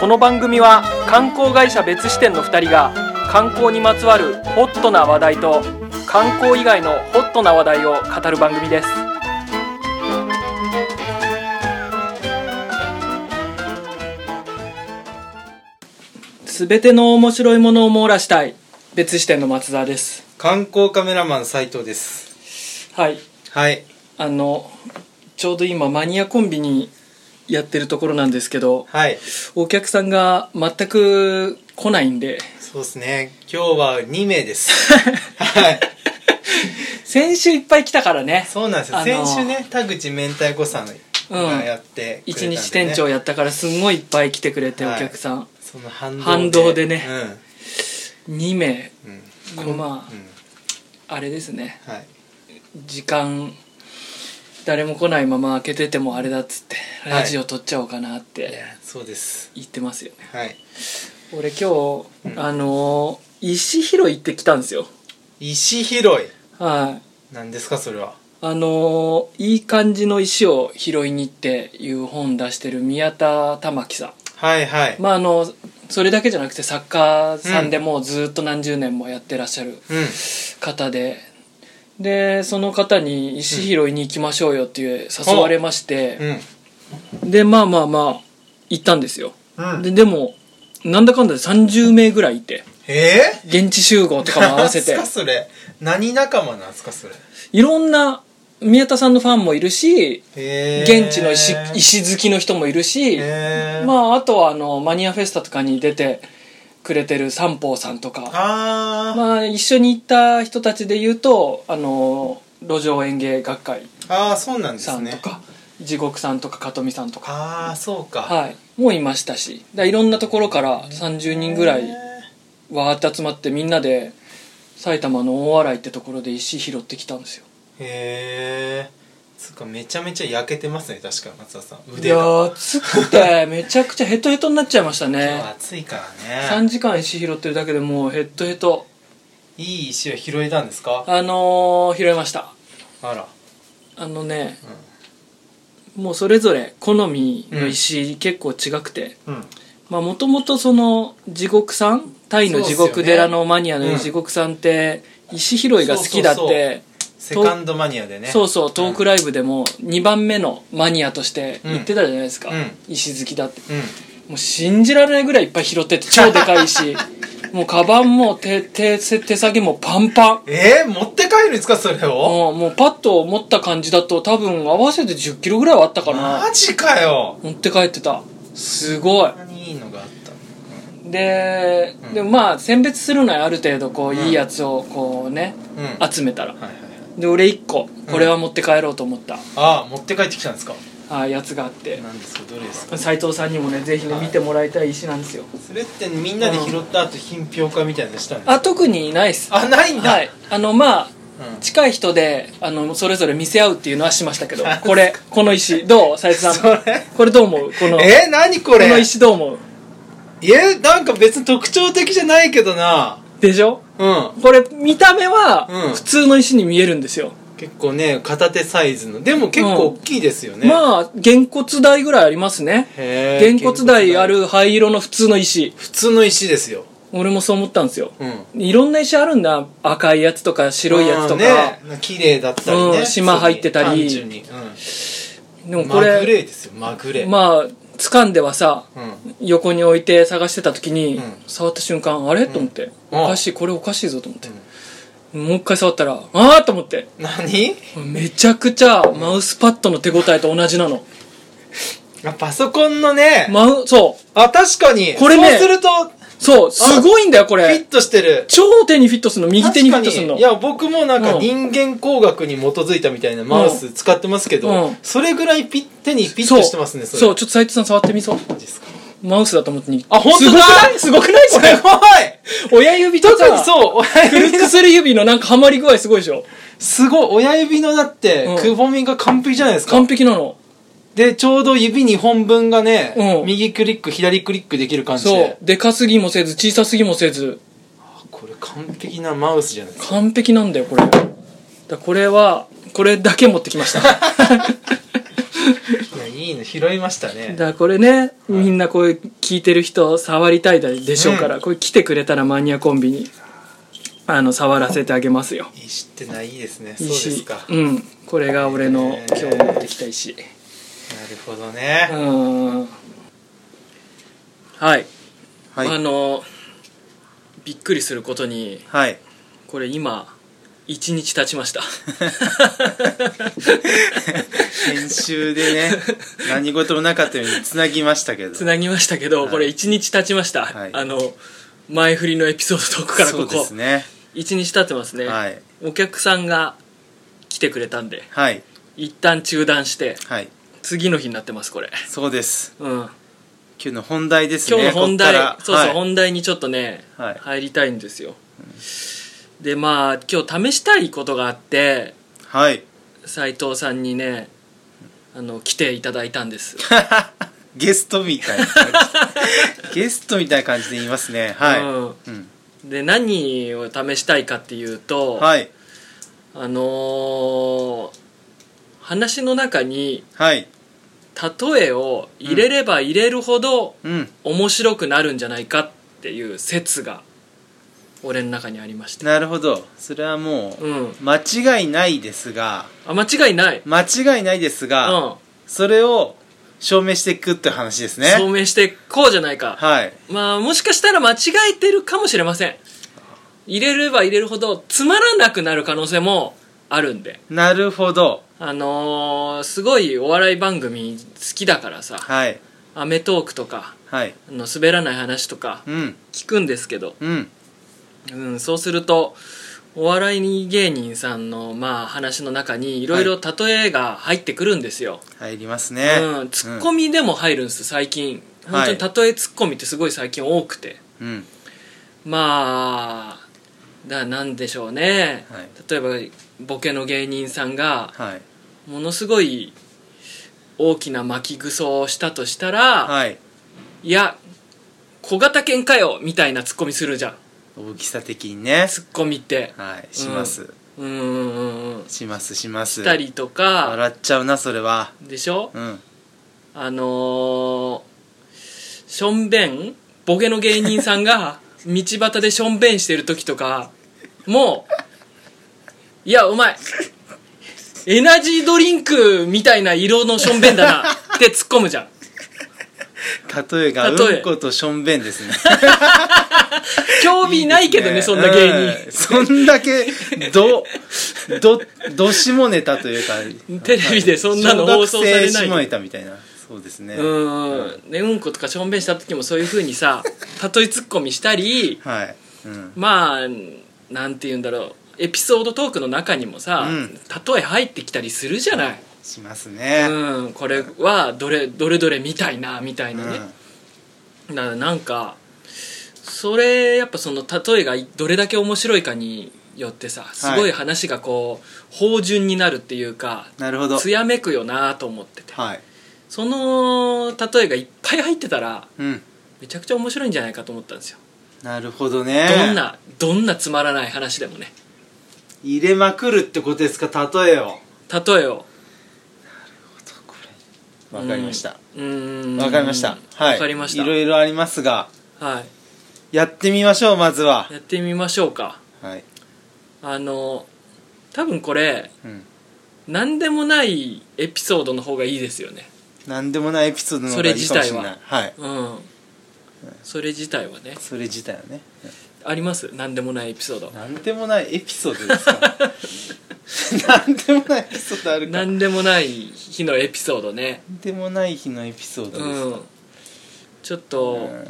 この番組は観光会社別支店の2人が観光にまつわるホットな話題と観光以外のホットな話題を語る番組ですすべての面白いものを網羅したい別支店の松澤です観光カメラマン斉藤ですはいはいあのちょうど今マニアコンビニやってるところなんですけどはいお客さんが全く来ないんでそうですね今日は2名です はい先週いっぱい来たからねそうなんですよ、あのー先週ね田口明太子さんがやってくれた一んで、ね日店長やったからすんごいいっぱい来てくれて、はいお客さんその反動で反動でね2名うんうんでもまあ、うんあれですねはい時間誰も来ないまま開けててもあれだっつってはいラジオ撮っちゃおうかなってそうです言ってますよね、はい俺今日、うんあのー石拾いってきたんですよ石拾いはいなんですかそれはあのーいい感じの石を拾いに行っていう本出してる宮田玉樹さんはいはい、まああのそれだけじゃなくて作家さんでうもうずっと何十年もやってらっしゃるうん方で、でその方に石拾いに行きましょうよっていう誘われまして、うんでまあまあまあ行ったんですよ、うんででもなんだかんだで30名ぐらいいてえー現地集合とかも合わせてなんすかそれ何仲間なんですかそれいろんな宮田さんのファンもいるしへー現地の石石好きの人もいるし、へーまああとはあのマニアフェスタとかに出てくれてる三宝さんとかあー、まあ一緒に行った人たちで言うとあの路上園芸学会ああそうなんでさすんねとか、地獄さんとかかとみさんとか、ああそうかはい、もういましたしだからいろんなところから30人ぐらいわーって集まってみんなで埼玉の大洗ってところで石拾ってきたんですよへえつうかめちゃめちゃ焼けてますね確か松田さんい腕やがー暑く てめちゃくちゃヘトヘトになっちゃいましたね今日暑いから3ね時間石拾ってるだけでもうヘッドヘトいい石を拾えたんですかあのー拾いましたあらあのねもうそれぞれ好みの石結構違くて、うんうんまあもともとその地獄さんタイの地そう獄っすよね寺のマニアうのん地獄さんって石拾いが好きだってそそそううそううセカンドマニアでねトークライブでも2番目のマニアとして言ってたじゃないですか、うん石好きだってうんもう信じられないぐらいいっぱい拾ってて超でかい 石もうカバンも手手手先もパンパンえー、持って帰るんですかそれをうんもうパッと持った感じだと多分合わせて1 0キロぐらいはあったかなマジかよ持って帰ってたすごいこんなにいいのがあったので、うんでもまあ選別するのよある程度こううんいいやつをこうね、うんはい集めたらはいはいで俺1個これは持って帰ろうと思った、ああ持って帰ってきたんですかああやつがあって何ですかどれですか斎藤さんにもねぜひね見てもらいたい石なんですよそれってみんなで拾った後品評価みたいなのしたんですかあ特にないっすあないんだはいあのまあうん近い人であのそれぞれ見せ合うっていうのはしましたけどあこれこの石どう斎藤さんそれこれどう思うこのえー、何これこの石どう思うえなんか別に特徴的じゃないけどなでしょうんこれ見た目うはん普通の石に見えるんですよ、結構ね片手サイズのでも結構大きいですよね、まあげんこつ台ぐらいありますねへげんこつ台あげんこる灰色の普通の石つ台普通の石ですよ俺もそう思ったんですよ、うんいろんな石あるんだ赤いやつとか白いやつとか、うんね綺麗だったりね、うん島入ってたり普通に単純に、でうもん、こまぐれれですよまぐれ、まあ掴んではさうん、横に置いて探してた時に、うん触った瞬間あれと思って、うんおかしいこれおかしいぞと思って、もう一回触ったらああと思って何めちゃくちゃマウスパッドの手応えと同じなの、あパソコンのね、マウそうあ確かにこれねそうするとそうすごいんだよこフィッれトしてる超手にフィットするの右手にフィットするの確かにいや僕もなんうかん人間工学に基づいたみたいなマウス使ってますけど、うんそれぐらいピッ手にピッとしてますねそそうれそうちょっと斉藤さん触ってみそうマジっすかマウスだと思ってにあ本当だすごくないすすごくごないいこれ親指と特にさそう親クル指ックする指のなんかハマり具合すごいでしょすごい親指のだって、うんくぼみが完璧じゃないですか完璧なのでちょうど指2本分がね、うん右クリック左クリックできる感じそうででかすぎもせず小さすぎもせずあこれ完璧なマウスじゃないですか完璧なんだよこれだ からこれはこれだけ持ってきましたいやいいいの拾いましただねからこれね、みんなこういう聞いてる人触りたいでしょうから、うんこれ来てくれたらマニアコンビにあの触らせてあげますよ石ってないですねそうで石すかうなんこれが俺のへ今ー日持ってきた石るほどねうんはい、はあいのびっくりすることにはいこれ今1日経ちました 先週 でね何事もなかったようにつなぎましたけどつなぎましたけど、はいこれ1日経ちました、はいあの前振りのエピソードトークからそこうでこ、すね1日経ってますね、はいお客さんが来てくれたんではい一旦中断してはい次の日になってますこれそうですうん今今日の本題ですね日の本題、ここそうそう、からはい本題にちょっとね、はい入りたいんですよ、でまあ今日試したいことがあってはい斉藤さんにねあの来ていただいたんですゲストみたいな感じ ゲストみたいな感じで言いますねはういうんん、で何を試したいかっていうと、はいあのー話の中にはい例えを入れれば入れるほどうん面白くなるんじゃないかっていう説が俺の中にありましてなるほどそれはもううん間違いないですがあ間違いない、間違いないですうが、ん、それを証明していくって話ですね証明してこうじゃないかはいまあもしかしたら間違えてるかもしれません入れれば入れるほどつまらなくなる可能性もあるんでなるほどあのーすごいお笑い番組好きだからさはい『アメトーーク』とかはいあの滑らない話とかうん聞くんですけど、うんうん、そうするとお笑い芸人さんの、まあ、話の中にいろいろ例えが入ってくるんですよ、入りますねうん、ツッコミでも入るんです最近本当に例えツッコミってすごい最近多くてうん、うんまあだなんでしょうね、はい例えばボケの芸人さんがはいものすごい大きな巻きぐそをしたとしたら、はいい、や小型犬かよみたいなツッコミするじゃん大きさ的にねツッコミってはいします、うんうんうんうんしますしますしたりとか笑っちゃうなそれはでしょうんあのー、しょんべんボケの芸人さん が道端でしょんべんしてる時とかもういやお前エナジードリンクみたいな色のしょんべんだなって突っ込むじゃん例えが例えうんことしょんべんですね興味ないけど ねそんな芸人、うんそんだけどどど下ネタというか テレビでそんなの放送されない小学生下ネタみたいなそうですねうんうんねうんことかしょんべんした時もそういうふうにさ例えツッコミしたりはい、うん、まあなんて言うんだろうエピソードトークの中にもさ、うん例え入ってきたりするじゃない、しますね、うん、これはどれどれどれみたいなみたいなね、うだからなんかそれやっぱその例えがどれだけ面白いかによってさすごい話がこう芳醇になるっていうかんなるほど艶めくよなと思っててはいその例えがいっぱい入ってたらうんめちゃくちゃ面白いんじゃないかと思ったんですよ、なるほどねどんなどんなつまらない話でもね入れまくるってことですか例えを例えをわかりましたうーんわかりましたはいわかりましたいろいろありますがは、やってみましょうまずはいやってみましょうかはい、あの多分これうん、何でもないエピソードの方がいいですよね何でもないエピソードの方がいいかもしそれれな自いはいうんそれ自体はねそれ自体はねあります何でもないエピソードなんでもないエピソード ですかなんでもないエピソードあるかな何でもない日のエピソードねんでもない日のエピソードうですんちょっと、か、うん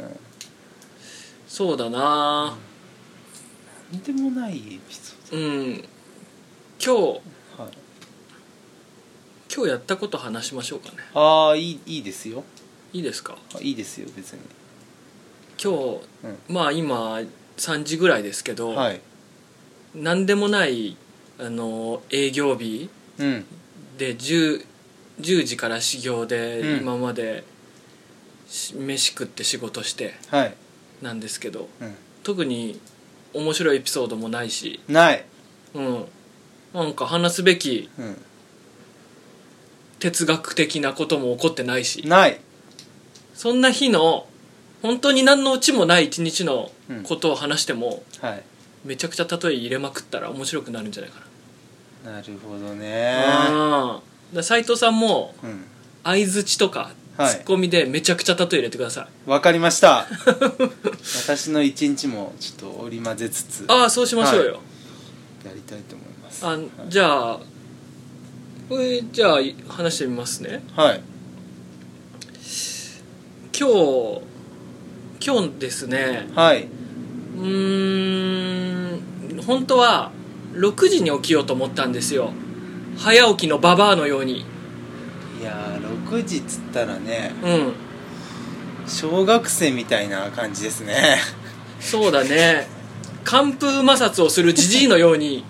そうだななんでもないエピソうん、今日ード、はい、今日やったこと話しましょうかねああいいいいですよいいですかあいいですよ別に今日、うんまあ今3時ぐらいですけど、はい何でもないあの営業日うんで 10, 10時から始業で、うん今までし飯食って仕事してはい、なんですけどう特に面白いエピソードもないし、ん、ない、うん、なんか話すべきうん、哲学的なことも起こってないしないそんな日の本当に何のオチもない一日のうんことを話しても、はいめちゃくちゃ例え入れまくったら面白くなるんじゃないかなるほどねなうん斎藤さんもうん相づちとかはいツッコミでめちゃくちゃ例え入れてください、わかりました 私の一日もちょっと織り交ぜつつああそうしましょうよ、やりたいと思いますあはいじゃあこれじゃあい話してみますねはい今日今日ですねはい、うーん本当は6時に起きようと思ったんですよ早起きのババアのようにいやー6時っつったらねうん小学生みたいな感じです ねそうだね寒風摩擦をするじじいのように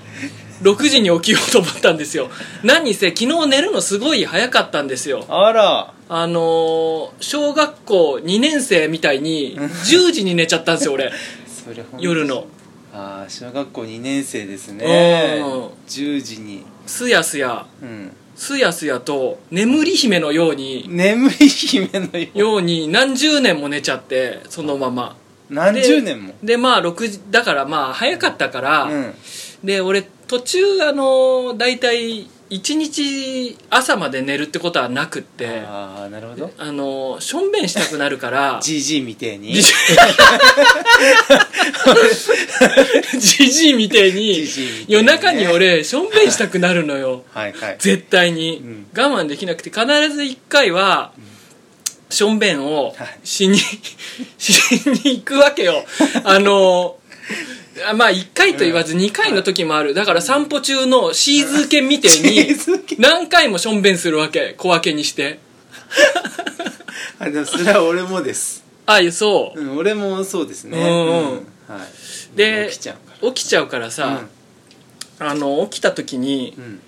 6時に起きようと思ったんですよ何せ昨日寝るのすごい早かったんですよあらあのー小学校2年生みたいに10時に寝ちゃったんですよ俺それほんと夜のああ小学校2年生ですねうん10時にすやすやうんすやすやと眠り姫のように眠い姫のよように何十年も寝ちゃってそのままう何十年もでまあ6時だからまあ早かったから、うんで俺途中あの大体1日朝まで寝るってことはなくってあああなるほどのしょんべんしたくなるからじじいみてえにじじいじじいみてえにじじいみてえ夜にね中に俺しょんべんしたくなるのよはいはい絶対に、うん我慢できなくて必ず1回はしょんべんをはいし に、しに行くわけよあのあまあ1回と言わず2回の時もあるだから散歩中のシーズー犬みてえシにーズー犬何回もしょんべんするわけ小分けにしてあでもそれは俺もですああそううん俺もそうですねうんうんはいで起きちゃうか起きちゃうかららさ、あの起きた時にうんうん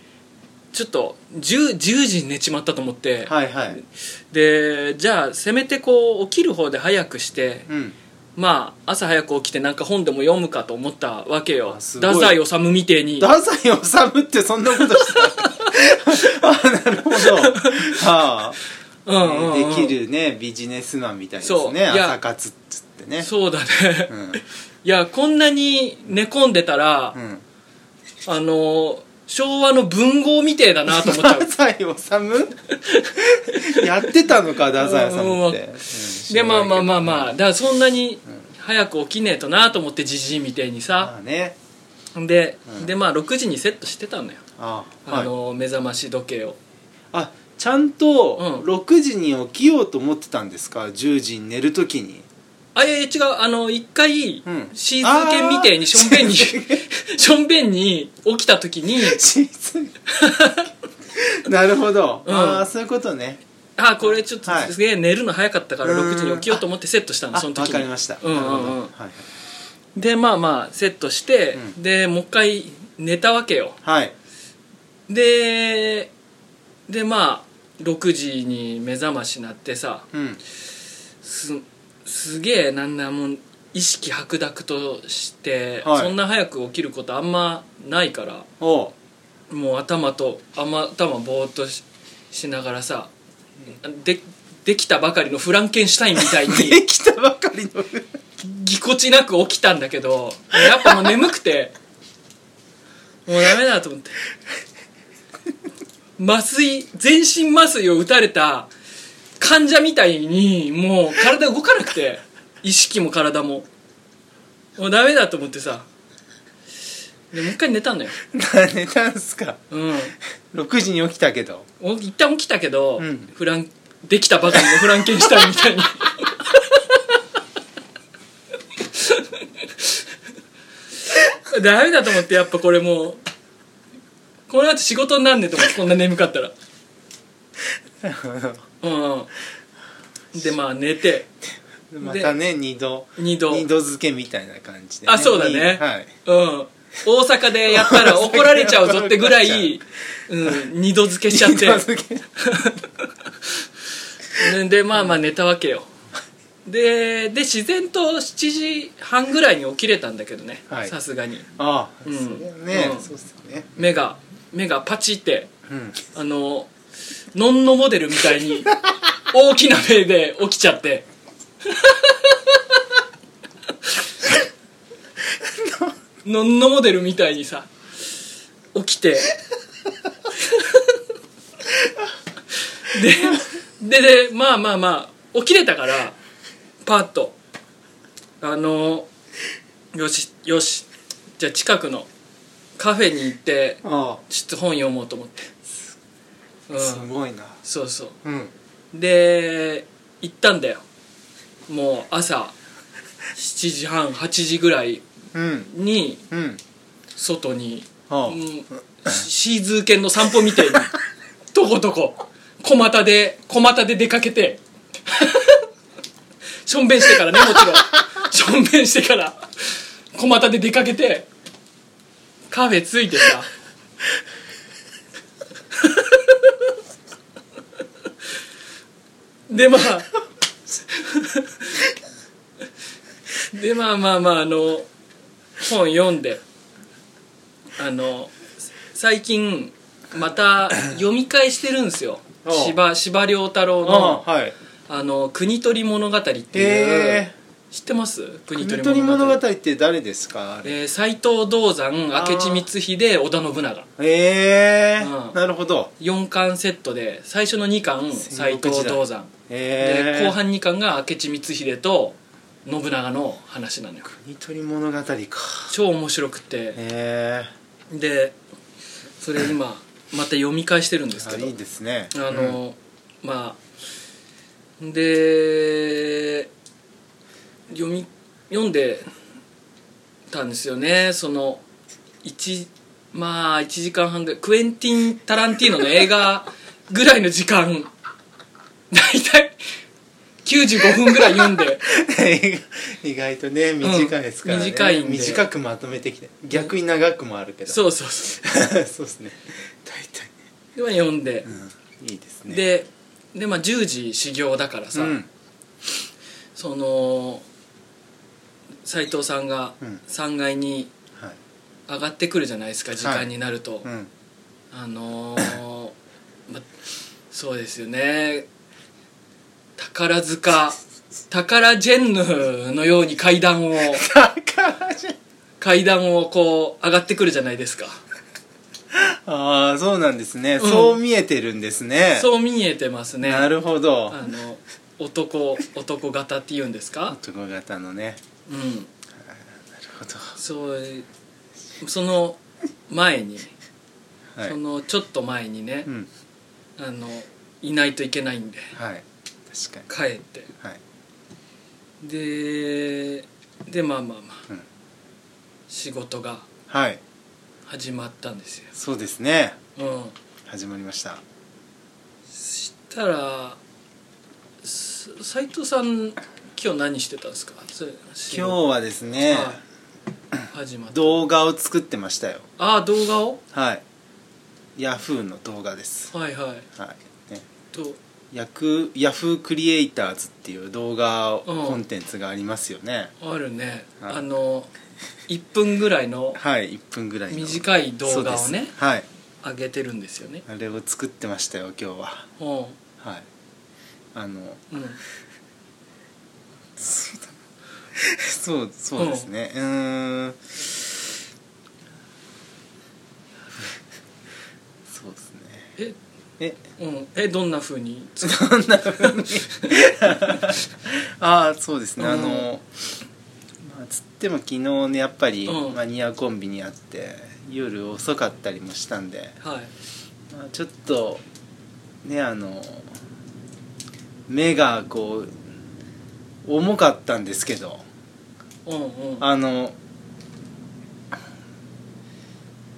ちょっと 10, 10時に寝ちまったと思って、はいはいでじゃあせめてこう起きる方で早くしてうんまあ朝早く起きてなんか本でも読むかと思ったわけよあすごい太宰治みてえに太宰治ってそんなこと したのあなるほどはあうんうんうんできるねビジネスマンみたいでそすういねや朝活っつってねそうだね、うんいやこんなに寝込んでたら、うんあの昭和の文豪みてえだなと思っちゃ太 宰治やってたのか太宰治うんって、うでまあまあまあまああだからそんなに早く起きねえとなと思ってじじいみてえにまさあねで,、うんでまあ6時にセットしてたのよ、ああはいの目覚まし時計をあちゃんとうん6時に起きようと思ってたんですか10時に寝るときに あいやいや違うあの一回、うんシーズ犬みてえにしょんべ んにシしょんべんに起きた時にシーズンなるほど、うんああそういうことねあこれちょっとはいすげえ寝るの早かったからうん6時に起きようと思ってセットしたのあその時わにかりましたうんうんうんなるほどはいでまあまあセットして、うでもう一回寝たわけよはいででまあ6時に目覚ましなってさうんすすげえなんなもん意識白濁として、はいそんな早く起きることあんまないからおうもう頭とあんま頭ぼーっとししながらさでできたばかりのフランケンシュタインみたいに できたばかりのぎこちなく起きたんだけどやっぱもう眠くてもうダメだと思って麻酔全身麻酔を打たれた患者みたいにもう体動かなくて意識も体ももうダメだと思ってさでもう一回寝たんだよ寝たんすかうん6時に起きたけど お一旦起きたけど、うんフランできたばかりのフランケンシュタインみたいに ダメだと思ってやっぱこれもうこの後仕事になんねえと思ってこんな眠かったらうんでまあ寝てまたね二度二度二度漬けみたいな感じで、あそうだねにはいうん大阪でやったら怒られちゃうぞってぐらい、うん、二度漬けしちゃっ二て度漬けねでまあまあ寝たわけよでで自然と7時半ぐらいに起きれたんだけどねはいさすがにああ、うんそりゃね、うんそうっすよね目が目がパチってうんあのノンノモデルみたいに大きな目で起きちゃってノンノモデルみたいにさ起きてでででまあまあまあ起きれたからパッとあのよしよしじゃあ近くのカフェに行ってあちょっと本読もうと思って、うんあ、すごいなそうそううんで行ったんだよもう朝7時半8時ぐらいうんにうん外に、あうあん、シーズー犬の散歩みたい にとことこ小股で小股で出かけて しょんべんしてからねもちろん しょんべんしてから小股で出かけてカフェついてさでまあでまあまあまああの本読んであの最近また読み返してるんですよおう司馬司馬遼太郎あのあはい「あの国取物語」っていう、え知ってますえ国国取取り物物語語って誰ですかあれえー斎藤道山あー明智光秀織田信長ええうんなるほど4巻セットで最初の2巻斎戦国藤時代道山えでえ後半2巻が明智光秀と信長の話なのよ国取物語か超面白くてえでそれ今また読み返してるんえですあけどいいですねあの、まあで読み読んでたんですよねその一まあ1時間半ぐらいクエンティン・タランティーノの映画ぐらいの時間大体95分ぐらい読んでうん意外とね短いですからうね、ん短いんで短くまとめてきて逆に長くもあるけどそうそうそそうですね大体、うでまあ読んで、うん、いいですねでで、まあ、10時始業だからさ、うんその斎藤さんがうん3階にはい上がってくるじゃないですか時間になると、うんあのーま、そうですよね宝塚宝ジェンヌのように階段をだからじゃ階段をこう上がってくるじゃないですかああそうなんですね、んそう見えてるんですねそう見えてますねなるほどあの男男型っていうんですか男型のねうんなるほどそうその前に、はいそのちょっと前にねう、んあのいないといけないんではい確かに帰ってはいででまあまあまあ、うん仕事がはい始まったんですよそうですねうん始まりましたしたらす斉藤さん今日何してたんですかそれ仕今日事はですね、はい始まった動画を作ってましたよああ動画をはいヤフーの動画ですはいはいはいねとヤクヤフークリエイターズっていう動画うんコンテンツがありますよね、あるね、はいあの1分ぐらいのはい1分ぐらいの短い動画をそうでねすはい上げてるんですよねあれを作ってましたよ今日はうんはいあのうんそうそうですねうーんそうですねええうん、えどんなふうにつああそうですね、うんあの、まあ、つっても昨日ねやっぱりうんマニアコンビにあって夜遅かったりもしたんで、はいまあ、ちょっとねあの目がこう重かったんですけどうんうんあの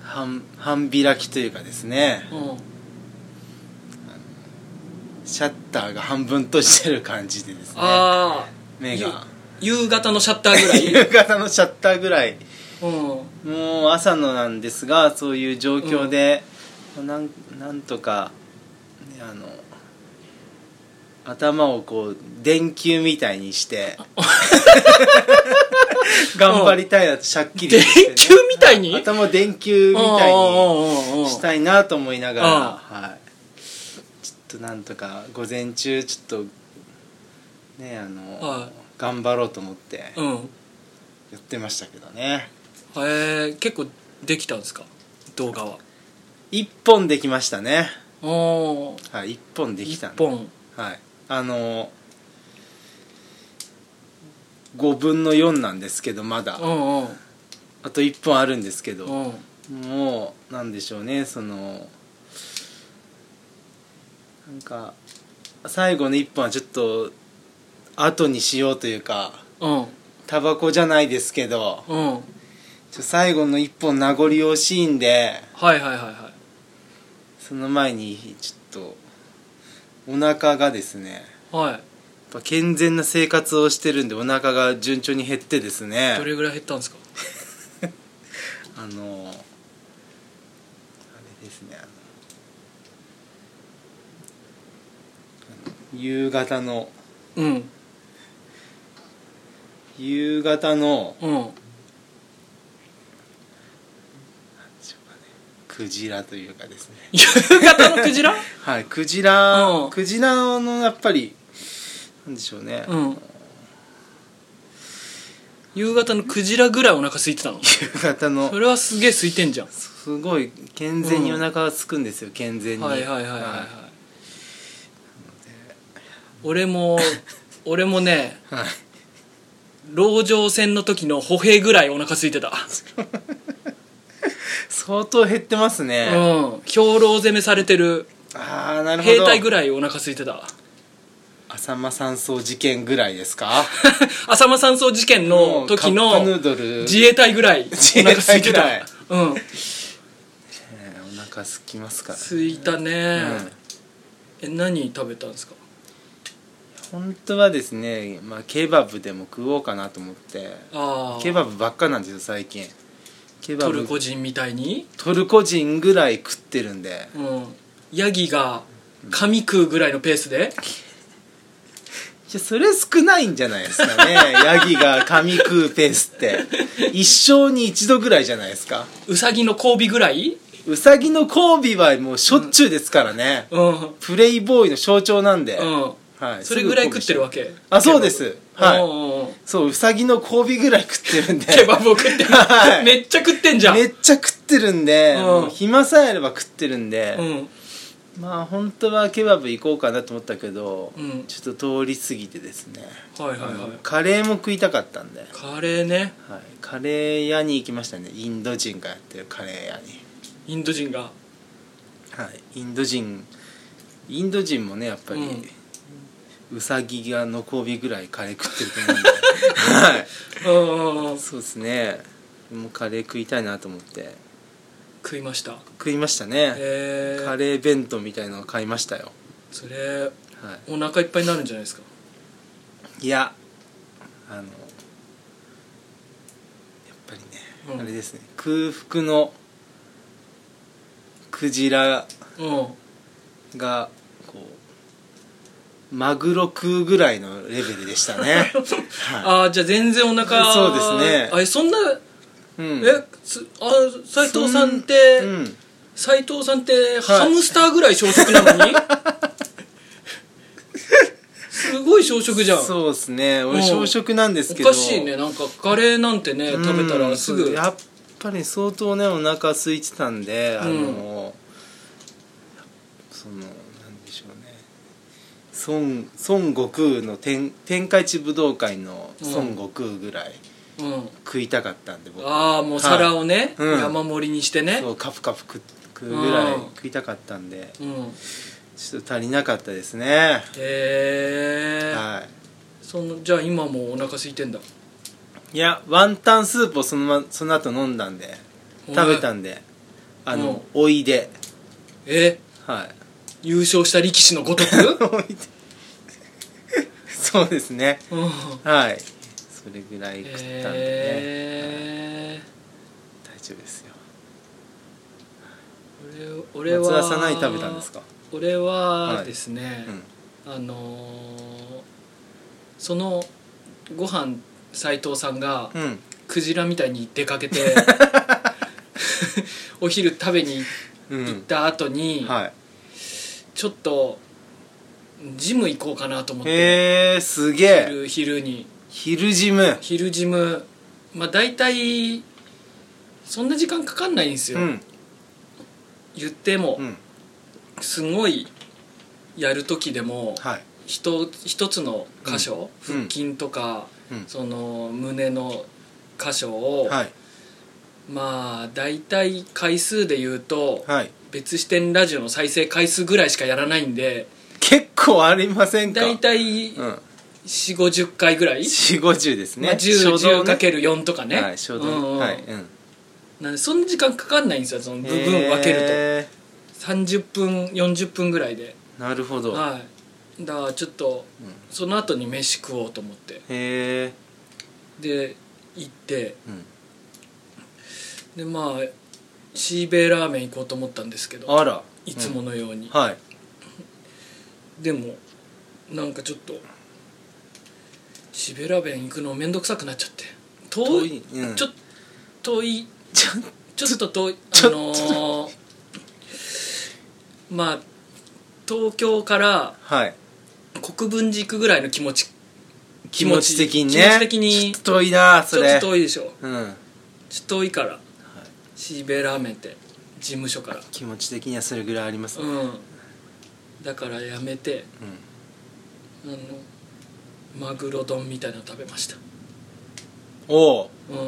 半半開きというかですねうんシャッターが半分閉じてる感じでですねああ目が夕方のシャッターぐらい 夕方のシャッターぐらいうんもう朝のなんですがそういう状況で、なんなんとか、ね、あの頭をこう電球みたいにして 頑張りたいなとしゃっきり電して、ね、球みたいに頭電球みたいにうんうんうんうんうんしたいなと思いながら、うんはい、ちょっとなんとか午前中ちょっとねあの、はい頑張ろうと思ってうんへやってましたけどねえ結構できたんですか動画は一本できましたねおーはい一本できたん一で本はいあの5分の4なんですけどまだうんうんあと1本あるんですけどうんもうなんでしょうねそのなんか最後の一本はちょっと後にしようというかうんタバコじゃないですけどうんちょ最後の一本名残惜しいんではいはいはいはいその前にちょっとお腹がですねやっはいぱ健全な生活をしてるんでお腹が順調に減ってですねどれぐらい減ったんですかあのあれですねあのあの夕方のうん夕方のうんクジラというかですね夕方のクジラはいクジラ、うんクジラのやっぱりなんでしょうね、うん夕方のクジラぐらいお腹空いてたの夕方のそれはすげえ空いてんじゃんすごい健全にお腹がすくんですよ、健全にはいはいはいはい、はいは、俺も俺もねいはい籠城戦の時の歩兵ぐらいお腹空いてた、相当減ってますうね、ん兵糧攻めされてるああなるほど兵隊ぐらいらいお腹空いてた 浅間山荘事件ぐらいですか浅間山荘事件の時もうカップヌーのドル自衛隊ぐらいお腹空いてた自衛隊うんねえお腹すきますから空いたね、うんえ何食べたんですか本当はですね、まあ、ケバブでも食おうかなと思ってああケバブばっかなんですよ最近ケバトブルコ人みたいに、トルコ人ぐらい食ってるんでうん、ヤギが髪食うぐらいのペースでいやそれ少ないんじゃないです かねヤギが髪食うペースって一生に一度ぐらいじゃないですかウサギの交尾ぐらいウサギの交尾はもうしょっちゅうですからね、うんプレイボーイの象徴なんで、うんはい、それぐらい食ってるわけけあそうですはいいそうウサギの交尾ぐらい食ってるんで ケバブを食ってる は いめっちゃ食ってんじゃんめっちゃ食ってるんで、うんもう暇さえあれば食ってるんで、うんまあ本当はケバブ行こうかなと思ったけど、うんちょっと通り過ぎてですね、はいはいはいあのカレーも食いたかったんで、はい、カレーねカレー屋に行きましたねインド人がやってるカレー屋に、インド人がはい、インド人インド人もねやっぱり、ウサギがの交尾ぐらいカレー食ってると思 うんではいうんうんうんそうですねもうカレー食いたいなと思って食いました食いましたね、えカーレー弁当みたいなのを買いましたよ、それはお腹いっぱいになるんじゃないですかい、いやあのやっぱりね、うんあれですね空腹のクジラうんがこうマグロ食うぐらいのレベルでした ね、はああじゃあ全然お腹そうですねあえそんないうえん、すあ斎藤さんっうてん、斎藤さんってハムスターぐらい小食なのにすごい小食じゃんそうですねう俺ん小食なんですけおどかしいねなんかカレーなんてねうん食べたらすそうぐやっぱり相当ねお腹空いてたんであの、うんそのなんでしょうね孫孫悟空の天天下一武道会の孫悟空ぐらいうん食いたかったんで僕ああもう皿ををね、はいうん山盛りにしてねそうカプカプ食う食うぐらいうん食いたかったんでうんへちょっと足りなかったですねえ、はそのじゃあ今もうお腹空いてんだいいやワンタンスープをそのまその後飲んだんで食べたんであのおいでえはい 優勝した力士のごとくそうですねうんはいそれぐらい食ったんでね、へえ大丈夫ですよ俺俺は松田さん何食べたんですか、俺ははいですね、うん、あのーそのご飯斎藤さんが、うん、クジラみたいに出かけ て お昼食べにうん行った後に、はいちょっとジム行こうかなと思ってへえすげえ昼昼に昼ジム昼ジムまあ大体そんな時間かかんないんですよ、うん言っても、うんすごいやる時でも、はいひと一つの箇所、うんうん腹筋とか、うんその胸の箇所を、はいまあ大体回数で言うと、はい別視点ラジオの再生回数ぐらいしかやらないんで結構ありませんか大体うん4 5 0回ぐらい、 4 5 0ですねまあ、初動ね 10×4 とかね、はい初動うんうんはいうんなんでそんな時間かかんないんですよその部分分けるへと30分40分ぐらいでーなるほどへはいだからちょっと、その後に飯食おうと思ってえで行ってうんでまあシーベイラーメン行こうと思ったんですけどあらいつものように、はいでもなんかちょっとシベラベン行くのめんどくさくなっちゃって遠い遠いうんちょっと遠いちょちょっと遠いちょあのーまあ東京からはい国分寺行くぐらいの気持ち気持ち的にね気持ち的にちょっと遠いなちそょっれと遠いでしょうんちょっと遠いからシベラーメンって事務所から気持ち的にはそれぐらいありますうねんだからやめてうんあのマグロ丼みたいなの食べましたおおうんい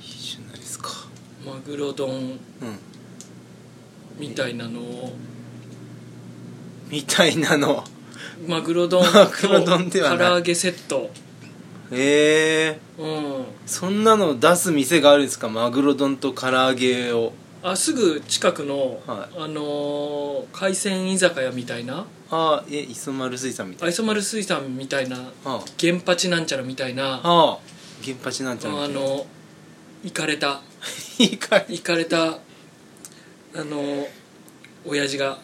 いじゃないですかマグロ丼うんみたいなのを みたいなのマグロ丼マグロ丼ではない唐揚げセットええうんそんなの出す店があるんですかマグロ丼と唐揚げをあすぐ近くの、はあのー海鮮居酒屋みたいなああえ磯丸水産みたい愛想丸水産みたいななあ原八なんちゃらみたいなあああ原発なんてあなの行かれたいいかい行かれたあのー親父が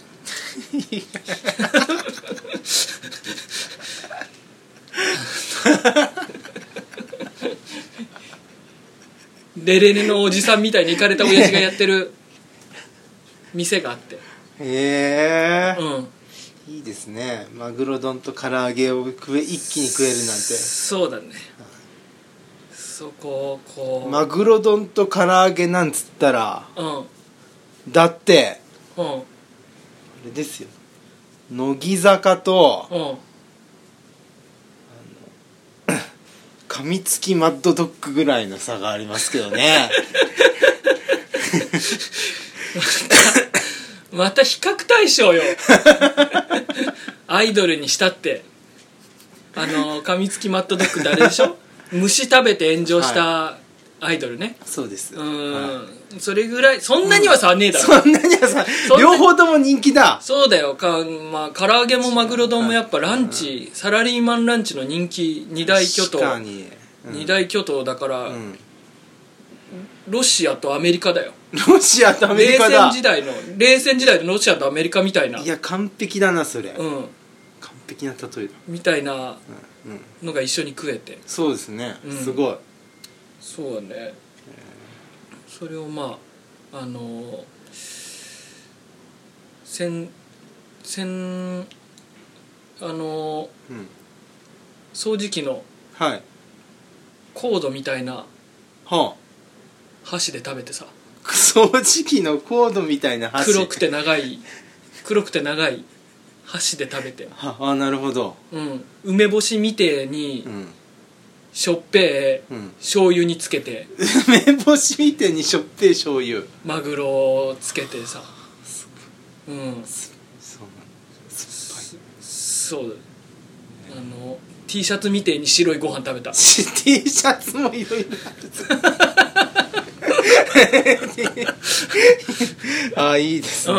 レレレのおじさんみたいに行かれた親父がやってる店があってへえうんいいですねマグロ丼と唐揚げを食え一気に食えるなんてそうだねそこをこう、マグロ丼と唐揚げなんつったらうだってんうんあれですよ乃木坂とうん噛みつきマッドドッグぐらいの差がありますけど ねまた比較対象よアイドルにしたってあの噛みつきマットドッグってあれでし ょ虫食べて炎上したアイドルね、そうですうはいんそれぐらいそんなには差はねえだろ、そんなにはさそんな両方とも人気だそうだよか、まあ、唐揚げもマグロ丼もやっぱランチ、サラリーマンランチの人気二大巨頭確かに、うん二大巨頭だから、うんロシアとアメリカだよロシアとアメリカ冷戦だ時代の冷戦時代のロシアとアメリカみたいないや完璧だなそれ、うん完璧な例えだ、みたいなうんうんのが一緒に食えてそうですね、うんすごいそうだねそれをまああのーせんせんあのーうん掃除機のはいコードみたいなは箸で食べてさあ 掃除機のコードみたいな箸黒くて長い黒くて長い箸で食べてはあなるほどうん梅干しみてえにうんしょっぺえうん醤油につけて 梅干しみてえにしょっぺい醤油マグロをつけてさうんそうなんそそうあの T シャツみてえに白いご飯食べた T シャツもいろいろあるあいいですね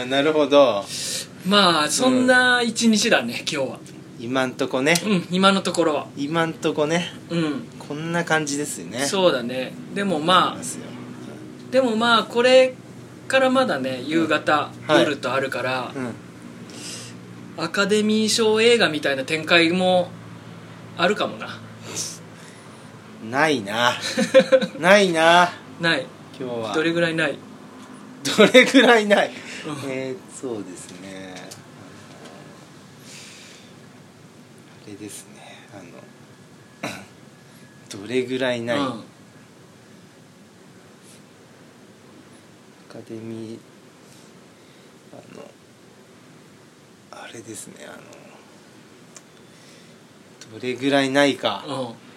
うんなるほどまあそんな一日だね、今日は今んとこねうん今のところは今んとこねうんこんな感じですよねうそうだねでもままあすよでもまあこれからまだね夕方、はい夜とあるから、うんアカデミー賞映画みたいな展開もあるかもなないなないなない今日はどれぐらいないどれぐらいない、うえー、そうですねれですねあの どれぐらいない、うんアカデミーあのあれですねあのどれぐらいないか、うん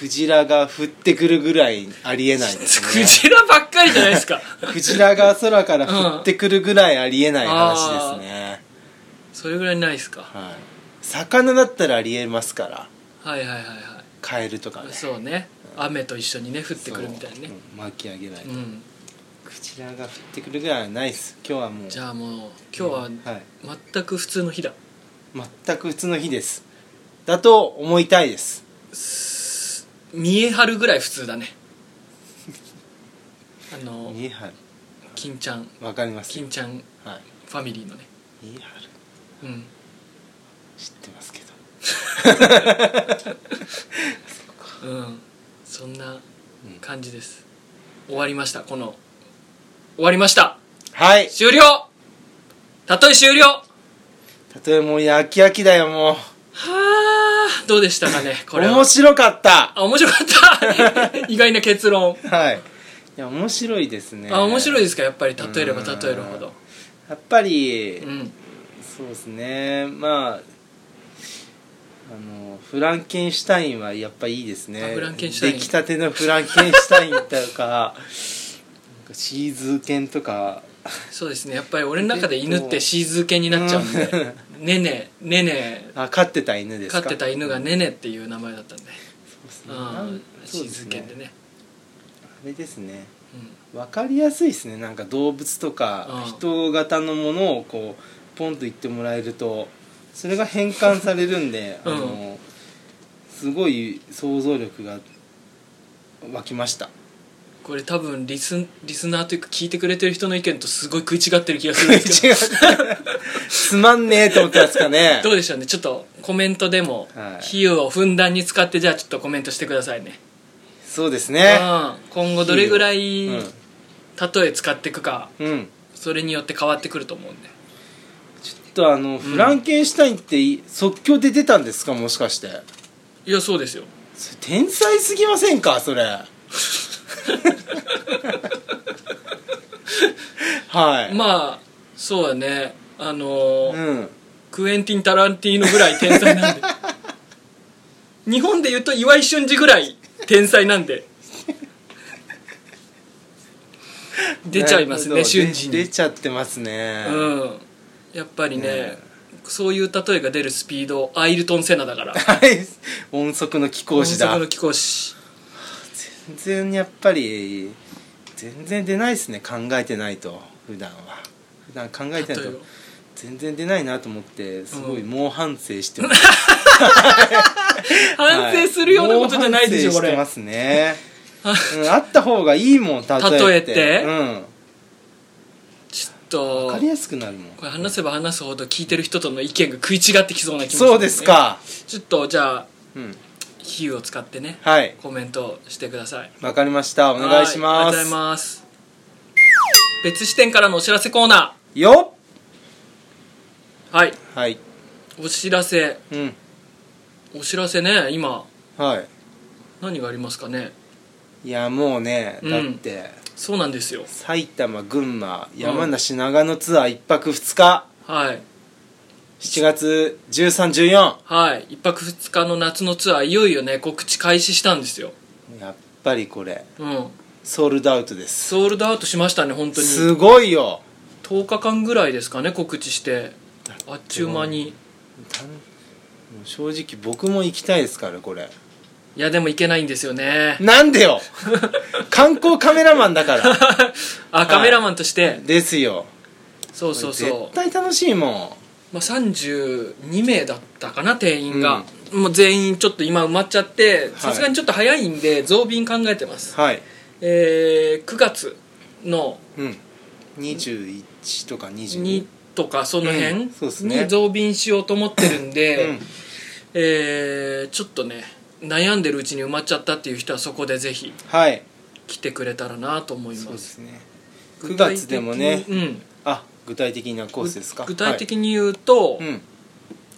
クジラが降ってくるぐらいありえないですね クジラばっかりじゃないです かクジラが空から降ってくるぐらいありえない話ですね、それぐらいないですかはい、魚だったらありえますからはいはいはいはカエルとかねいそうね雨と一緒にね降ってくるみたいにねそううん巻き上げない、うんクジラが降ってくるぐらいはないです今日はもうじゃあもう今日ははい、全く普通の日だ全く普通の日ですだと思いたいです見え張るぐらい普通だねあの見えはる金ちゃんわかります金ちゃんはいファミリーのね見えはるうん知ってますけどうんそんな感じです、終わりましたこの終わりましたはい終了たとえ終了はたとえもう焼き飽きだよもうあどうでしたかねこれは面白かったあ面白かった 意外な結論、はいいや面白いですねあ面白いいですかやっぱり例えれば例えるほどやっぱり、うんそうですねまああのフランケンシュタインはやっぱいいですねあフランケンシュタイン出来たてのフランケンシュタインとかなんかシーズー犬とかそうですねやっぱり俺の中で犬ってシーズー犬になっちゃうんでねねねねあ飼ってた犬です飼かってた犬がねねっていう名前だったんでそううですねなんんそシーうですズーね犬でねあれですねうんわかりやすいですねなんか動物とかうん人型のものをこうポンと言ってもらえるとそれが変換されるんで、うんあのすごい想像力が湧きましたこれ多分リスリスナーというか聞いてくれてる人の意見とすごい食い 違ってる気がするんですけ違う つまんねえと思ってますかね どどうでしょうねちょっとコメントでもはい比喩をふんだんに使ってじゃあちょっとコメントしてくださいね、そうですうねん、今後どれぐらいうん例え使っていくかうんそれによって変わってくると思うんでちょっとあの、フランケンシュタインってい即興で出たんですかもしかしていやそうですよそれ天才すぎませんかそれはいまあそうだねあのーうんクエンティン・タランティーノぐらい天才 なんで日本で言うと岩井俊二ぐらい天才なんで出ちゃいますなねるほど瞬時でに出ちゃってますね、うんやっぱりねねそういう例えが出るスピードアイルトン・セナだからはい音速の貴公子だ音速の貴公子全然やっぱり全然出ないですね考えてないと普段は普段考えてない例えとば全然出ないなと思ってすごい猛反省してます、 反省するようなことじゃないでしょこもうれ反省してます ね、うん、あった方がいいもん例えて例えてうんちょっと分かりやすくなるもんこれ話せば話すほど聞いてる人との意見が食い違ってきそうな気もするねそうですか、ちょっとじゃあうん、比喩を使ってねはいコメントしてください分かりましたお願いしはまいありがとうございすます別視点からのお知らせコーナよーはいっはいお知らせうんお知らせね今はい何がありますかねいやもうねうんだって、そうなんですよ埼玉群馬山梨長野ツアー1泊2日、はい7月1314はい1泊2日の夏のツアーいよいよね告知開始したんですよやっぱりこれうんソールドアウトですソールドアウトしましたね本当にすごいよ10日間ぐらいですかね告知してあっちゅう間にたんもう正直僕も行きたいですからこれいやでも行けないんですよねなんで よ観光カメラマンだからあカメラマンとして、ですよそうそうそう絶対楽しいもまあ、32名だったかな定員が、もう全員ちょっと今埋まっちゃってさすがにちょっと早いんで増便考えてます、んはいえー、9月のうん21とか22 2とかその辺うんそうっすねに増便しようと思ってるんで、うんえーちょっとね悩んでるうちに埋まっちゃったっていう人はそこでぜひはい来てくれたらなと思いそうまですすね9月でも具体ね的にうんあ具体的なコースですか具体的に言うと、はいうん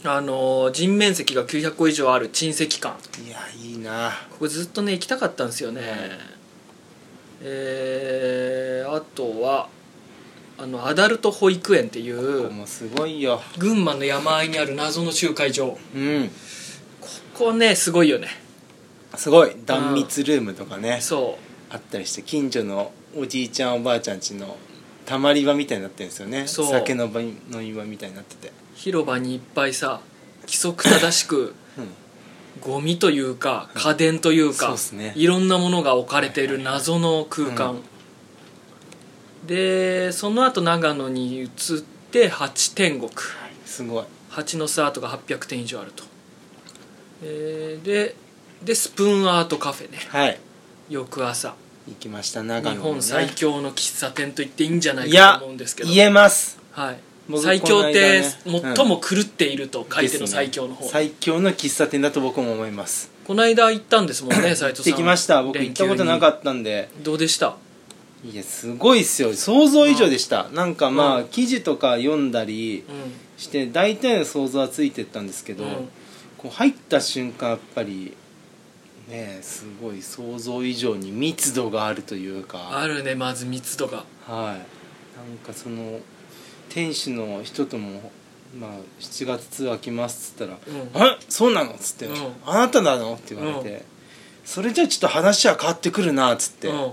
あのー人面積が900個以上ある珍石館いやいいなここずっとね行きたかったんですよね、えー、あとはあのアダルト保育園っていここうもすごいよ群馬の山あいにある謎の集会場うんここねすごいよねすごい断密ルームとかねそあったりして近所のおじいちゃんおばあちゃんちのたまり場みたいになってるんですよねそう酒の場の岩みたいになっててう広場にいっぱいさ規則正し くうんゴミというか家電というそうかっすねいろんなものが置かれている謎の空間、でその後長野に移って八天国すごい蜂の巣アートが800点以上あると、えーででスプーンアートカフェねはい翌朝行きました長野日にね本最強の喫茶店と言っていいんじゃないいかやと思うんですけど言えますはい、僕最強ってこの間ね最も狂っていると書いてでするね最強の方、最強の喫茶店だと僕も思いますこの間行ったんですもん ね斉藤行っさんてきました僕行ったことなかっったんでたどうでしたいやすごいっすよ想像以上でしたなんかまあ、うん記事とか読んだりうして大体の想像はついてったんですけど、ん、こう入った瞬間やっぱりねえすごい想像以上に密度があるというかあるねまず密度がはいなんかその店主の人とも「まあ、7月ツアー来ます」っつったら「うあそうなの?」っつって、うんあなたなの?」って言われて、それじゃあちょっと話は変わってくるな」っつって、ん、うなんん、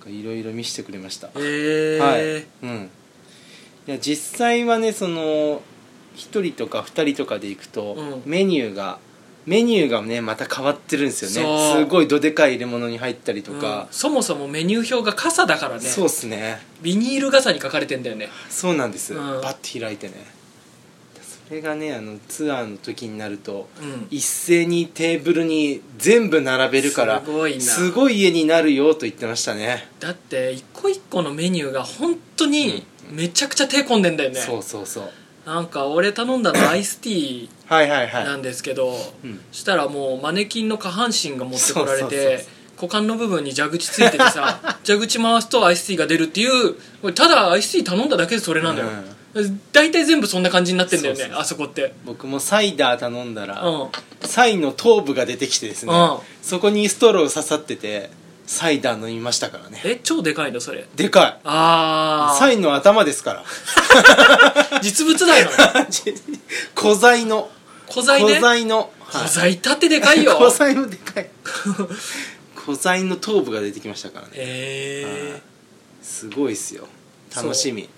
かいろいろ見せてくれましたえーはい、うん、いや実際はねその1人とか2人とかで行くと、うんメニューがメニューがねまた変わってるんですよねそうすごいどでかい入れ物に入ったりとうんか、そもそもメニュー表が傘だからねそうっすねビニール傘に書かれてんだよねそうなんです、うんバッて開いてねそれがねあのツアーの時になると、うん一斉にテーブルに全部並べるからすごいなすごい家になるよと言ってましたねだって一個一個のメニューが本当にめちゃくちゃ手込んでんだよね、そうそうそうなんか俺頼んだ のアイスティーはいはいはいなんですけど、うんしたらもうマネキンの下半身が持ってこられてそうそうそうそ股間の部分に蛇口ついてて さ蛇口回すとアイスティーが出るっていうこれただアイスティー頼んだだけでそれなんだよ、大体全部そんな感じになってんだよねそうそうそうあそこって僕もサイダー頼んだら、うんサイの頭部が出てきてですね、うんそこにストロー刺さっててサイダー飲みましたからねえ超でかいのそれでかいあサイの頭で すからあ実物大 なの小材の小材ね小材の小はい材だってでかいよ小材のでかい小材の頭部が出てきましたからねへえすごいっすよ楽しみうん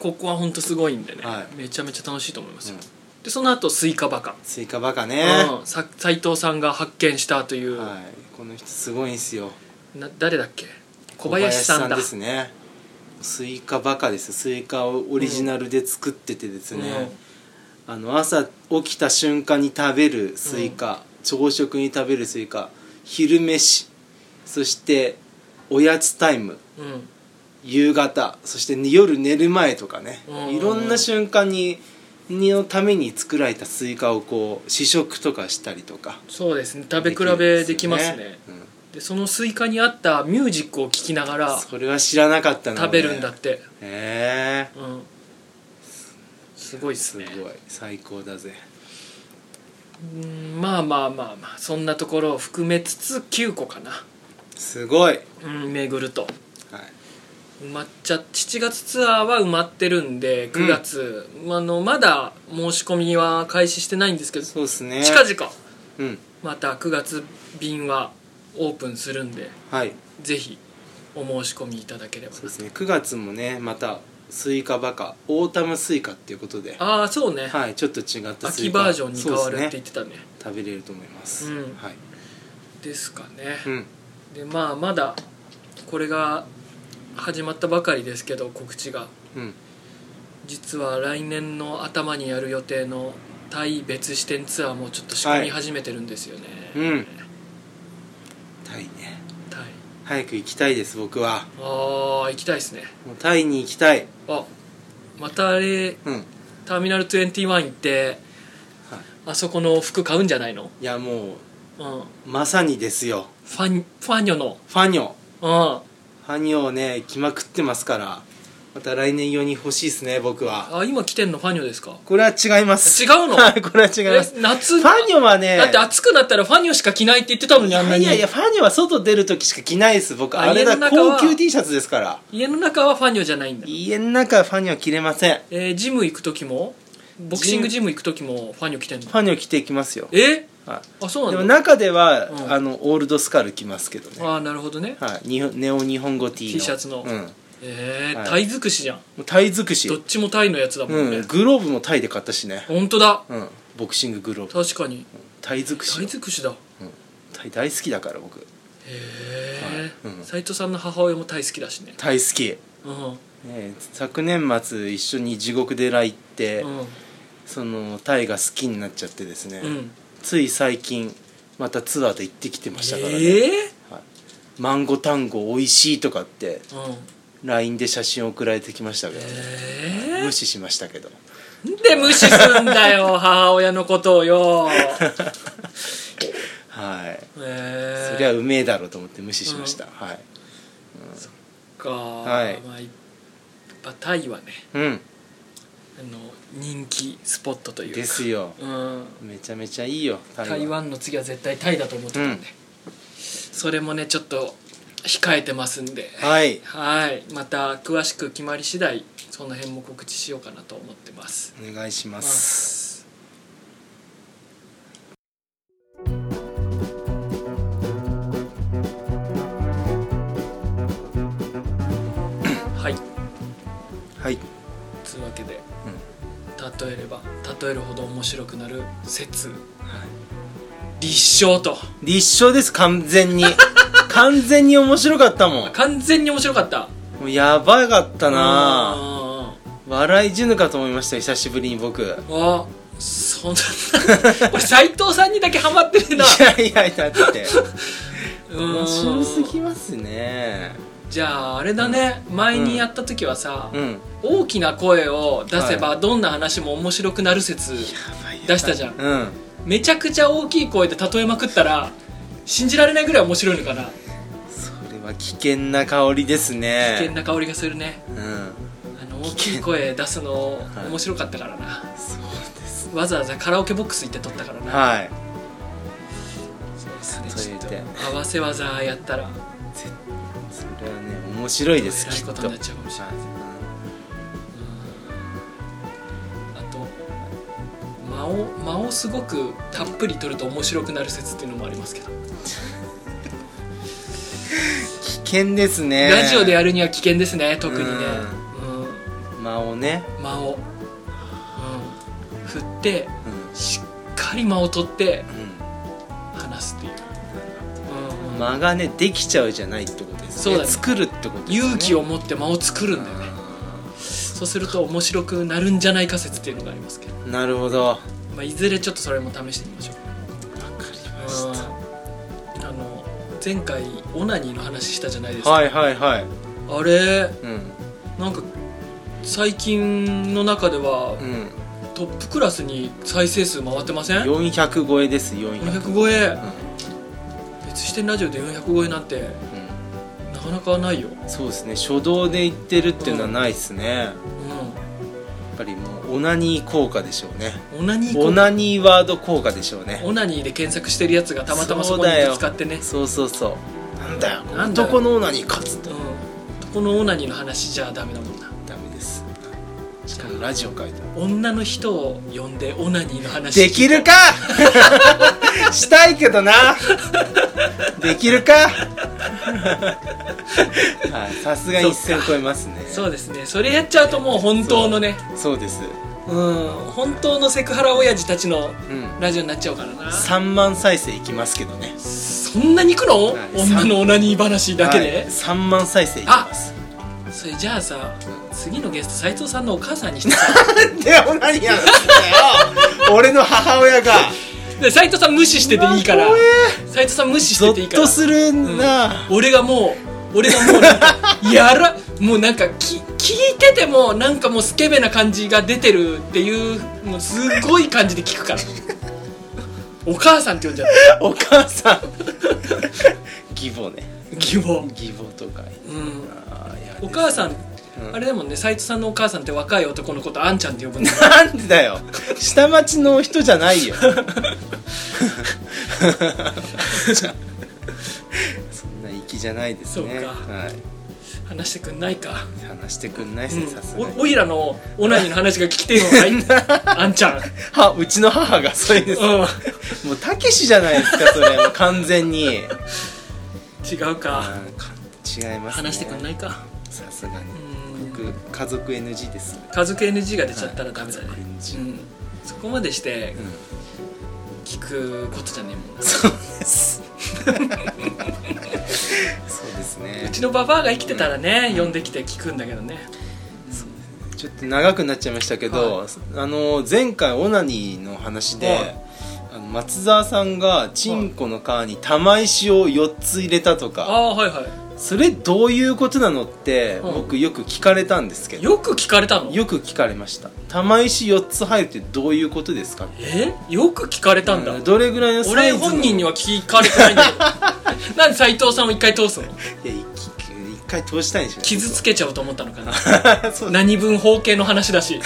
ここは本当すごいんでね、はいめちゃめちゃ楽しいと思いますよ、うんでその後スイカバカ、スイカバカね、うん、さ斉藤さんが発見したという、はい、この人すごいんすよな誰だっけ小林さんだですねスイカバカですスイカをオリジナルで作っててですね、あの朝起きた瞬間に食べるスイカ、朝食に食べるスイカ昼飯そしておやつタイムうん、うん夕方そして夜寝る前とかね、うんいろんな瞬間にのために作られたスイカをこう試食とかしたりとかそうですね食べ比べできますねでできるんですよそのスイカに合ったミュージックを聴きながうんらそれは知らなかったので食べるんだって、へえうんすごいっすすごねい最高だぜうんまあまあまあまあそんなところを含めつつ9個かな、すごい、はい、うん、巡ると埋まっちゃ7月ツアーは埋まってるんで9月、あのまだ申し込みは開始してないんですけど近そうですね々うんまた9月便はオープンするんではいぜひお申し込みいただければそうですね9月もねまたスイカバカオータムスイカっていうことでああそうね、はいちょっと違ったスイ秋カバージョンに変わるってそう言でってたねすね食べれると思います、うんはい、ですかね、うん、でまあまだこれが始まったばかりですけど告知がうん、実は来年の頭にやる予定のタイ別支店ツアーもちょっと仕込み始めてるんですよね、うんタイねタイ早く行きたいです僕はああ行きたいですねもうタイに行きたいあまたあれうんターミナル21行ってはいあそこの服買うんじゃないのいやもううんまさにですよファンファニョのファニうんョファニョをね来まくってますからまた来年用に欲しいですね僕はあ今来てんのファニョですかこれは違います違うのはいこれは違いますえ夏ファニョはねだって暑くなったらファニョしか着ないって言ってたのにあんなにいやいやファニョは外出る時しか着ないです僕ああれだ家の中は高級 T シャツですから家の中はファニョじゃないんだ、家の中はファニョは着れませんフえージム行く時もボクシングジム行く時もファニョ着てんのァニョ着ていきますよえはあいそうなでもんだ中では、うんあのオールドスカル着ますけどね、ああなるほどねはい、日本ネオ日本語 T の T シャツのうん、もえーはいタイ尽くしじゃんうタイ尽くしどっちもタイのやつだもんね、うん、グローブもタイで買ったしね、本当だうん、ボクシンググローブ確かにタイ尽くタイし尽くしだへタイ大好きだから僕えはいうん斎藤さんの母親もタイ好きだしねタイ好き、ねうんえ、昨年末一緒に地獄寺行って、うんそのタイが好きになっちゃってですね、うんつい最近またツアーで行ってきてましたからね、えはい、マンゴタンゴ美味しいとかってーうん LINE で写真送られてきましたけど、え無視しましたけどーなんで無視すんだ よ母親のことをよはい、えーそりゃうめえだろうと思って無視しました、はいかはいまあ、やっぱタイはねうんあの人気スポットというかですようん、めちゃめちゃいいよ台台湾の次は絶対タイだと思ってたんで、うんそれもねちょっと控えてますんではいはいまた詳しく決まり次第その辺も告知しようかなと思ってますお願いしま、ますすはいはいつうわけで、例えれば例えるほど面白くなる説立証と立証です完全に 完全に面白かったもん完全に面白かったもうやばかったなあ笑い死ぬかと思いました久しぶりに僕いあそんな これ斎藤さんにだけハマってるなやいやだって うん面白すぎますねじゃああれだね、前にやった時はさ、うんや大きな声を出せばどんな話も面白くなる説、ばいやばい出したじゃんうんめちゃくちゃ大きい声で例えまくったら信じられないぐらい面白いのかなそれは危険な香りですね危険な香りがするねうんあの大きい声出すのはい面白かったからな、そうですわざわざカラオケボックス行って撮ったからな、はいそうですねそう言うてちょっと合わせ技やったらそれはね面白いですえらいきっこととになっちゃうかもしれないあと間を間をすごくたっぷり取ると面白くなる説っていうのもありますけど、危険ですねラジオでやるには危険ですね特にね、間をね、うん間を、うん、振ってしっかり間を取ってう話すっていう、うんん、間がねできちゃうじゃないってことですねそうだね作るってことですね勇気をを持って間を作るんだよねそうすると面白くなるんじゃないか説っていうのがありますけど、なるほどわかまあ、いずれちょっとそれも試してみましょうりましうんあの前回オナニーの話したじゃないですたか、はいはいはいあれうんなんか最近の中では、うんトップクラスに再生数回ってません400超えです400 400超えうん別視点ラジオで400超えなんてなかなかないよ、うんそうですね初動で言ってるっていうのはないですねやうっぱりもうオナニー効果でしょうねん、オナニーオナニーワード効果でしょうねオナニーで検索してるやつがたまたまそこにそうだよ使ってねそうそうそうなんだよなんだよ男のオナニー勝つうとんこのオナニーの話じゃダメだもんなダメですしかもラジオ書いてある女の人を呼んでオナニーの話でき るかしたいけどなでき るかはいさすがに一そっ線か超えますねそうそうですねそれやっちゃうともう本当のねですうん本当のセクハラ親父たちのうんラジオになっちゃうからな3万再生いきますけどねそんなに行くの、はい女のオナニー話だけで、はい、3万再生いきますそれじゃあさ次のゲスト斎藤さんのお母さんにしてさ でオナニーやるんだよ俺の母親がで斎藤さん無視してていいからうわ怖斎藤さん無視しゾてていいッからとするな、俺がもう俺がもうなんかやらもうなんかき聞いててもなんかもうスケベな感じが出てるっていうもうすごい感じで聞くからお母さんって呼んじゃっお母さん義母ねた希望義母とかうんあーやお母さんうんあれでもんね斎藤さんのお母さんって若い男のことあんちゃんって呼ぶんだなんでだよ下町の人じゃない よそんな粋じゃないですそねうかはい話してくんないか、話してくんないっうすねさすがん、おにおいらのオナニーの話が聞きてえのかい あんちゃんはうちの母がそれですうもうたけしじゃないですかそれもう完全にうんん違うかか違いますね話してくんないかさすがにうん僕家族 NG です家族 NG が出ちゃったらダメだね、はい家う族 NG ん、そこまでしてうん聞くことじゃねえもんな、そうですそうですうねちのババアが生きてたらね、呼んできて聞くんだけどねちょっと長くなっちゃいましたけど、はいあの前回オナニーの話で、はいあの松沢さんがチンコの皮に玉石を4つ入れたとか、ああはいはそれどういうことなのってはい僕よく聞かれたんですけいど、よく聞かれたのよく聞かれました玉石4つ入るってどういうことですかえよく聞かれたんだ、うんどれぐらいのサイ俺ズの本人には聞かれて ないんだけどなんで斎藤さんを一回通すのいや一一回通したいんでしょ傷つけちゃうと思ったのかな そう何分包茎の話だ し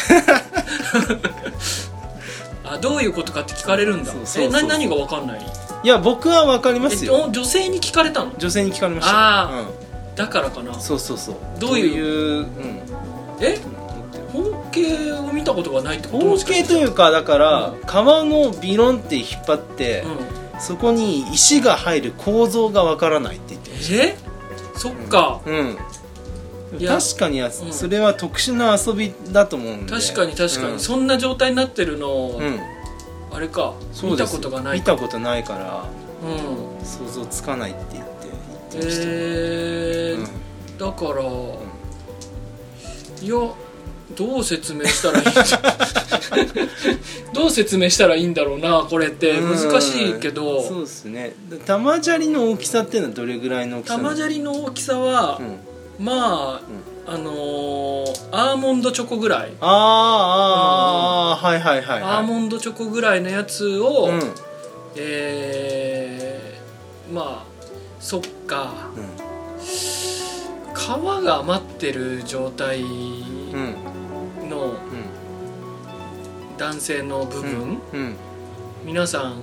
あどういうことかって聞かれるんだそうそうえそうそ何う何が分かんないいや僕は分かりますえよお女性に聞かれたの女性に聞かれましたあーうんだからかなそうそうそうどういうえうん包茎を見たことがないってこと統計とういうかだかうら、ん皮のビロンって引っ張って、ん、そこに石が入る構造がわからないって言ってえそっか、うんいや確かにあうんそれは特殊な遊びだと思うんで確かに確かに、うんそんな状態になってるのを、うんあれかそう見でたすことがない見たことないからうん想像つかないって言って言ってました、えーうんだから、いやどう説明したらいいんだ どう説明したらいいんだろうなこれって難しいけうんそうどですね玉砂利の大きさっていうのはどれぐらいの大きさ玉砂利の大きさは、うんまあ、あのーアーモンドチョコぐらい、あーあーあーはいはいはいはアいーモンドチョコぐらいのやつを、うんえーまあそっかうん皮が余ってる状態うんの男性の部う分、んうん皆さん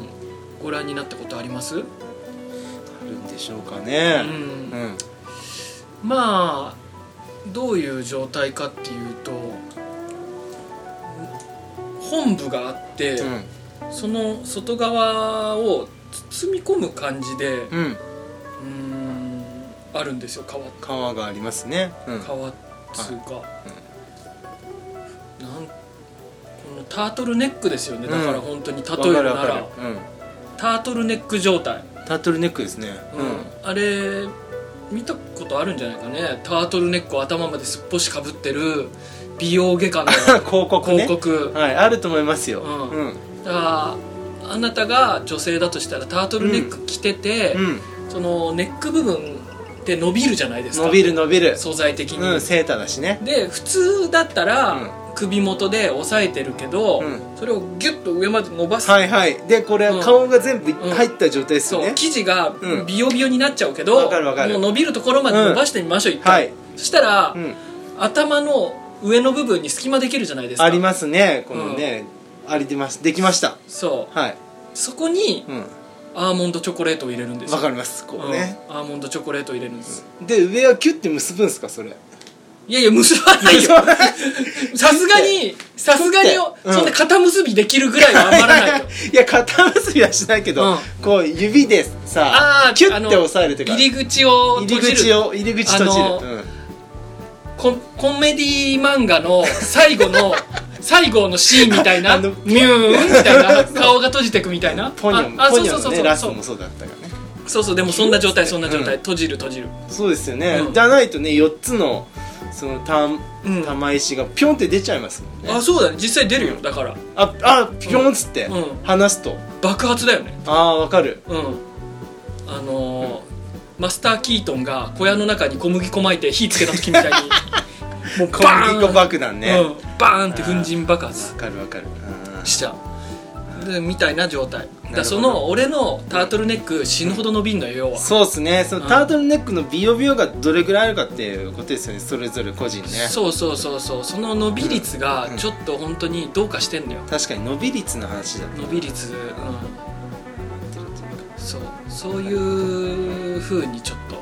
ご覧になったことあります、うんあるんでしょうかねうんまあどういう状態かっていうと本部があって、うんその外側を包み込む感じで、ううんーん、あるんですよ皮って。皮がありますねうん皮つうか、なんこのタートルネックですよね、だから本当に例えるなわかるらわかるタートルネック状態、うんタートルネックですねうんあれ見たことあるんじゃないかねタートルネックを頭まですっぽしかぶってる美容外 科の 広告ね広告、はいあると思いますようんうんだからあなたが女性だとしたらタートルネック着てて、うんそのネック部分って伸びるじゃないですか伸びる伸びる素材的に、うんセーターだしねで普通だったら、首元で押さえてるけど、うんそれをギュッと上まで伸ばす、はいはいでこれうんは顔が全部入った状態ですそう、よね生地がうんビヨビヨになっちゃうけど、わかるわかるもう伸びるところまで伸ばしてみましょう、一は回、いそしたら、うん頭の上の部分に隙間できるじゃないですかありますねこのねありてますできましたそうはいそこにうんアーモンドチョコレートを入れるんですよわかりますこうねうんアーモンドチョコレートを入れるんです、で上はキュッて結ぶんですかそれいやいや結ば ないよ さすがにさすがによ、うんそんな肩結びできるぐらいは余らないよ いや肩結びはしないけど、うんこう指であさーキュッて押さえるというか入り口を閉じ入りる口を入り口閉じる、あのココメディ漫画の最後 の最後のシーンみたいなあミのューンみたいな顔が閉じてくみたいなポニョああポそうニそうョそうのねそうラスそトうもそうだったからねそうそうでもそんな状態そんな状態、うん閉じる閉じるそうですよね、うんじゃないとね4つのそのたうん玉石がピョンって出ちゃいますもんねあそうだね実際出るよ、うんだからああピョンっつってうん離すと、爆発だよねあーわかるうんあのーマスター・キートンが小屋の中に小麦粉巻いて火つけた時みたいに もう小麦粉爆弾ねうん、バーンって粉塵爆発わかるわかるうんしちゃうでみたいな状態だほかどらその俺のタートルネック死ぬほど伸びんのよ要はそうですねそのうんタートルネックのビヨビヨがどれぐらいあるかっていうことですよねそれぞれ個人ねそうそうそうそうその伸び率がちょっと本当にどうかしてんのよ確かに伸び率の話だ伸び率うんそうそういうふうにちょっとう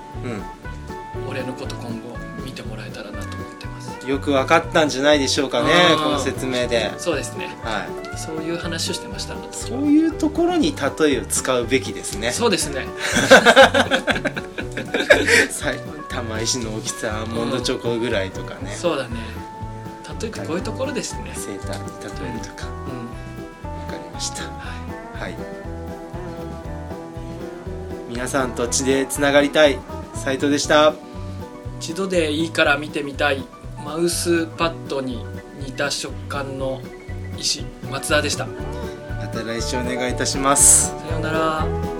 俺のこと今後見てもらえたらなと思ってますんよく分かったんじゃないでしょうかねうんこの説明でそうですねはいそういう話をしてましたそういうところに例えを使うべきですねそうですね最後に玉石の大きさアーモンドチョコぐらいとかねそうだね例えばこういうところですねセーターに例えるとかうん分かりましたははい皆さんと地でつながりたい斉藤でしたい一度でいいから見てみたいマウスパッドに似た食感の石松田でしたまた来週お願いいたしますさようなら